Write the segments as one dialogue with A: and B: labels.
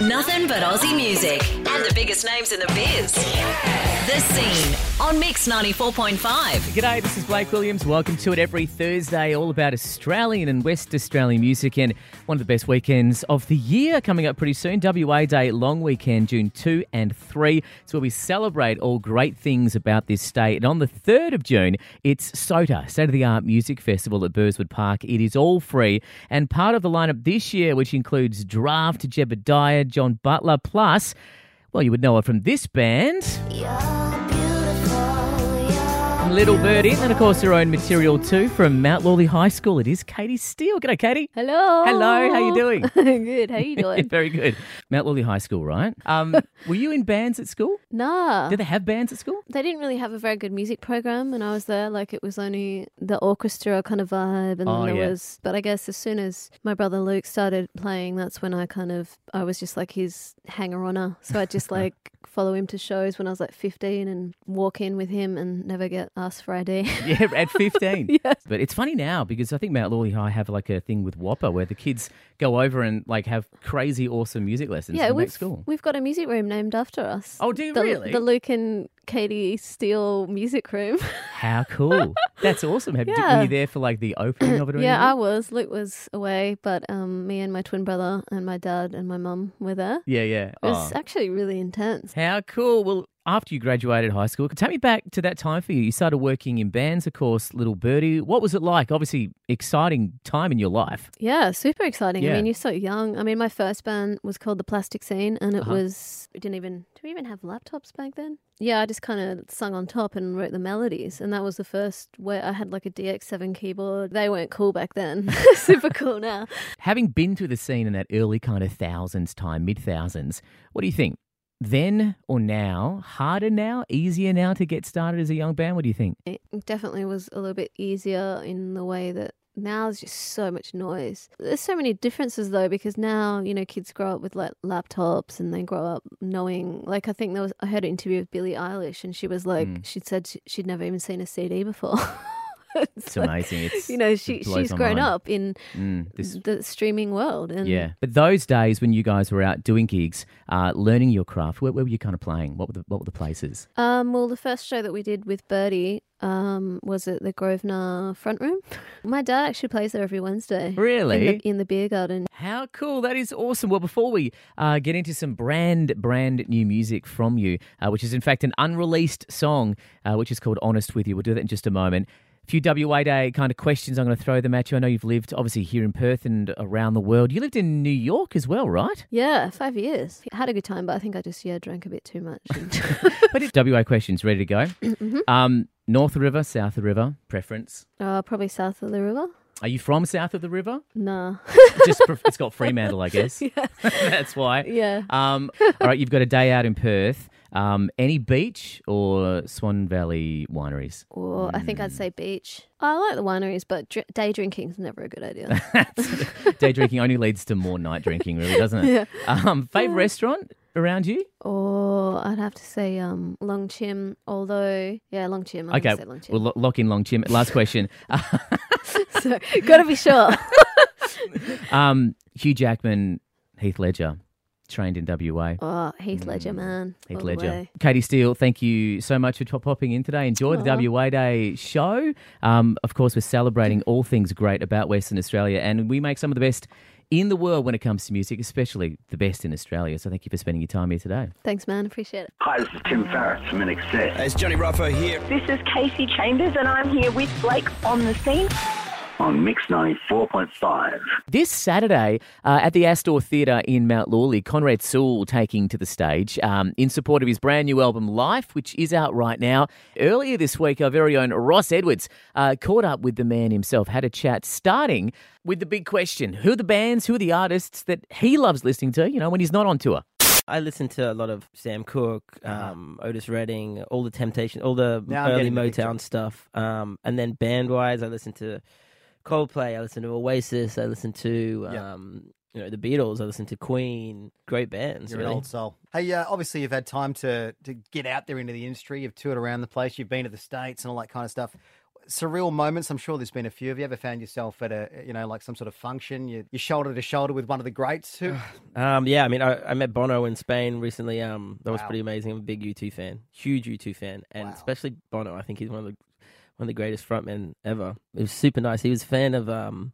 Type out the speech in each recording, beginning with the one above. A: Nothing but Aussie music and the biggest names in the biz. The Scene on Mix 94.5.
B: G'day, this is Blake Williams. Welcome to it every Thursday, all about Australian and West Australian music and one of the best weekends of the year coming up pretty soon. WA Day, long weekend, June 2 and 3. It's where we celebrate all great things about this state. And on the 3rd of June, it's SOTA, State of the Art Music Festival at Burswood Park. It is all free and part of the lineup this year, which includes Draft, Jebediah, John Butler, plus, well, you would know her from this band. Little Birdie, and of course her own material too from Mount Lawley High School. It is Katie Steele. G'day, Katie.
C: Hello.
B: Hello, how
C: Oh.
B: you doing?
C: Good. How you
B: Yeah,
C: doing?
B: Very good. Mount Lawley High School, right? Um, were you in bands at school?
C: nah.
B: Did they have bands at school?
C: They didn't really have a very good music program when I was there. Like it was only the orchestra kind of vibe, and
B: Oh,
C: then there
B: yeah.
C: was. But I guess as soon as my brother Luke started playing, that's when I kind of I was just like his hanger oner. So I just like follow him to shows when I was like fifteen and walk in with him and never get asked for ID.
B: Yeah, at 15. But it's funny now because I think Mount Lawley High have like a thing with Whopper where the kids go over and like have crazy awesome music lessons
C: yeah,
B: from that
C: we've
B: school.
C: we've got a music room named after us.
B: Oh, do you
C: the,
B: really?
C: The Luke and Katie Steele music room.
B: How cool. That's awesome. Have, did- Were
C: Yeah.
B: you there for like the opening of it or
C: Yeah, I
B: anything?
C: was. Luke was away, but um, me and my twin brother and my dad and my mum were there. It
B: yeah, yeah.
C: was
B: Oh.
C: actually really intense.
B: How cool. Well, after you graduated high school, take me back to that time for you. You started working in bands, of course, Little Birdie. What was it like? Obviously, exciting time in your life.
C: Yeah, super exciting.
B: Yeah.
C: I mean, you're so young. I mean, my first band was called The Plastic Scene, and it
B: Uh-huh.
C: was we didn't even do we even have laptops back then? Yeah, I just kind of sung on top and wrote the melodies, and that was the first where I had like a DX7 keyboard. They weren't cool back then. super cool now.
B: Having been through the scene in that early kind of thousands time, mid thousands, what do you think? Then or now? Harder now? Easier now to get started as a young band? What do you think?
C: it definitely was a little bit easier in the way that now there's just so much noise. There's so many differences though because now you know kids grow up with like laptops and they grow up knowing. Like I think there was I heard an interview with Billie Eilish and she was like
B: Mm.
C: she'd said she- she'd never even seen a CD before. It's
B: It's
C: like,
B: amazing. It's
C: you know
B: it
C: she
B: blows
C: she's
B: my
C: grown
B: mind.
C: up in
B: Mm, this
C: the streaming world and
B: yeah, but those days when you guys were out doing gigs, uh, learning your craft, where, where were you kind of playing? What were the, what were the places?
C: Um, well, the first show that we did with Birdie um, was at the Grosvenor front room. My dad actually plays there every Wednesday.
B: Really?
C: In the, in the beer garden.
B: How cool! That is awesome. Well, before we uh, get into some brand brand new music from you, uh, which is in fact an unreleased song, uh, which is called "Honest with You," we'll do that in just a moment. A few WA Day kind of questions. I'm going to throw them at you. I know you've lived obviously here in Perth and around the world. You lived in New York as well, right?
C: Yeah, five years. Had a good time, but I think I just yeah drank a bit too much. And-
B: But it's WA questions ready to go. um, North of the River, South of the River, preference.
C: uh, probably south of the river.
B: Are you from South of the River?
C: Nah.
B: Just pref- it's got Fremantle, I guess. That's why.
C: yeah.
B: Um, all right, you've got a day out in Perth. Um, any beach or Swan Valley wineries?
C: Or I think
B: Hmm.
C: I'd say beach. I like the wineries, but dr- day drinking's never a good idea.
B: Day drinking only leads to more night drinking, really, doesn't it? Um, favorite restaurant around you?
C: or I'd have to say um, Long Chim. Although yeah, Long Chim. I'm
B: Okay,
C: gonna say Long Chim.
B: we'll lo- lock in Long Chim. Last question.
C: so, gotta be sure.
B: um, Hugh Jackman, Heath Ledger, trained in WA.
C: Oh, Heath Ledger, man.
B: Hmm. Heath
C: all the
B: Ledger.
C: way.
B: Katie Steele, thank you so much for top popping in today. Enjoy the
C: Aw.
B: WA Day show. Um, of course, we're celebrating all things great about Western Australia, and we make some of the best in the world when it comes to music, especially the best in Australia. So thank you for spending your time here today.
C: Thanks, man. Appreciate it.
D: Hi, this is Tim Ferriss from In Excess.
E: It's Johnny Ruffo here.
F: This is Casey Chambers, and I'm here with Blake on the scene.
D: on Mix 94.5.
B: This Saturday uh, at the Astor Theatre in Mount Lawley, Conrad Sewell taking to the stage um, in support of his brand new album Life, which is out right now. Earlier this week, our very own Ross Edwards uh, caught up with the man himself, had a chat, starting with the big question who are the bands, who are the artists that he loves listening to, you know, when he's not on tour?
G: I listen to a lot of Sam Cooke, um, Otis Redding, all the Temptation, all the
E: Uh-huh. Now I'm
G: early
E: getting the picture.
G: Motown stuff. Um, and then band wise, I listen to Coldplay, I listen to Oasis, I listen to
H: Yeah.
G: um, you know the Beatles, I listen to Queen. Great bands.
H: You're
G: really.
H: an old soul. Hey, uh, obviously you've had time to to get out there into the industry. You've toured around the place. You've been to the states and all that kind of stuff. surreal moments? I'm sure there's been a few. Have you ever found yourself at a, you know, like some sort of function, you you shoulder to shoulder with one of the greats? Who,
G: Um, yeah, I mean, I, I met Bono in Spain recently. Um, that was
H: Wow.
G: pretty amazing. I'm a big U2 fan, huge U2 fan, and
H: Wow.
G: especially Bono. I think he's one of the one of the greatest frontmen ever. It was super nice. He was a fan of um,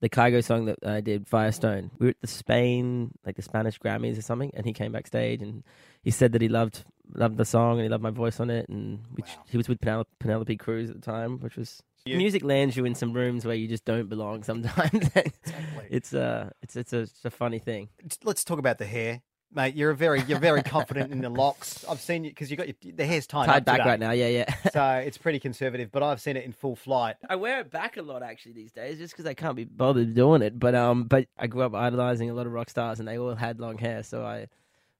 G: the Cargo song that I did, Firestone. We were at the Spain, like the Spanish Grammys or something, and he came backstage and he said that he loved loved the song and he loved my voice on it, and which he was with Penel- Penelope Cruz at the time, which was. Music lands you in some rooms where you just don't belong sometimes. it's uh it's it's a, it's a funny thing.
H: let's talk about the hair, mate. You're very you're very confident in the locks. I've seen you because you got your, the hair's tied,
G: tied
H: up
G: back
H: today.
G: right now. Yeah, yeah.
H: So it's pretty conservative, but I've seen it in full flight.
G: I wear it back a lot actually these days, just because I can't be bothered doing it. But um, but I grew up idolizing a lot of rock stars, and they all had long hair, so I,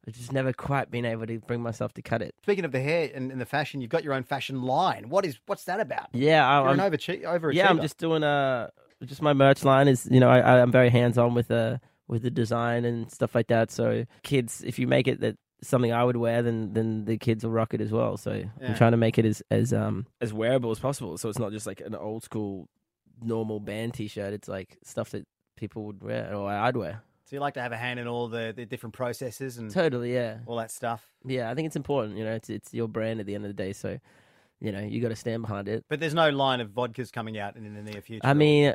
G: I just never quite been able to bring myself to cut it.
H: Speaking of the hair and, and the fashion, you've got your own fashion line. What is what's that about?
G: Yeah, I,
H: You're
G: I'm
H: an overachie- overachiever.
G: yeah, I'm just doing uh, just my merch line is you know I- I I'm very hands on with uh with the design and stuff like that. So kids, if you make it that something I would wear, then then the kids will rock it as well. So
H: Yeah.
G: I'm trying to make it as as um as wearable as possible. So it's not just like an old school normal band T-shirt. It's like stuff that people would wear or I'd wear.
H: So you like to have a hand in all the, the different processes and
G: Totally, yeah,
H: all that stuff.
G: yeah. I think it's important. You know, it's it's your brand at the end of the day. So you know you got to stand behind it.
H: But there's no line of vodkas coming out in, in the near future.
G: I mean,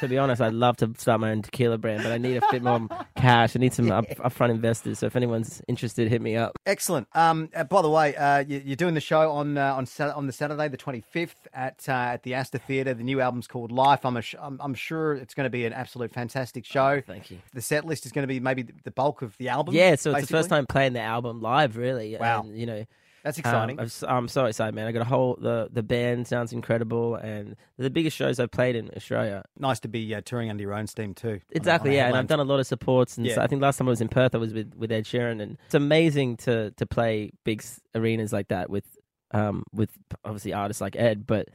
G: to be honest, I'd love to start my own tequila brand, but I need a bit more cash. I need some up, upfront investors. So if anyone's interested, hit me up.
H: excellent. Um, uh, by the way, uh, you, you're doing the show on uh, on Sat- on the Saturday, the 25th at uh, at the Astor Theatre. The new album's called Life. I'm a sh- I'm, I'm sure it's going to be an absolute fantastic show.
G: Oh, Thank you.
H: The set list is going to be maybe the- the bulk of the album.
G: Yeah, so it's the first
H: basically.
G: time playing the album live, really.
H: Wow.
G: And, you know,
H: That's
G: um,
H: exciting.
G: I'm, s- I'm so excited, man. I got a whole the the band sounds incredible, and they're the biggest shows I've played in Australia.
H: nice to be uh, touring under your own steam too. on a- on a
G: Exactly, yeah. And I've
H: headline
G: done a lot of supports, and so
H: Yeah.
G: I think last time I was in Perth, I was with, with Ed Sheeran, and it's amazing to to play big s- arenas like that with um with obviously artists like Ed, but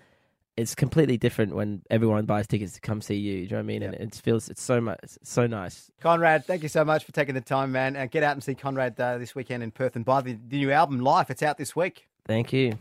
G: it's completely different when everyone buys tickets to come see you. Do you know what I mean? And it feels it's so much so nice.
H: Conrad, thank you so much for taking the time, man. And get out and see Conrad uh, this weekend in Perth and buy the, the new album, Life. It's out this week.
G: Thank you.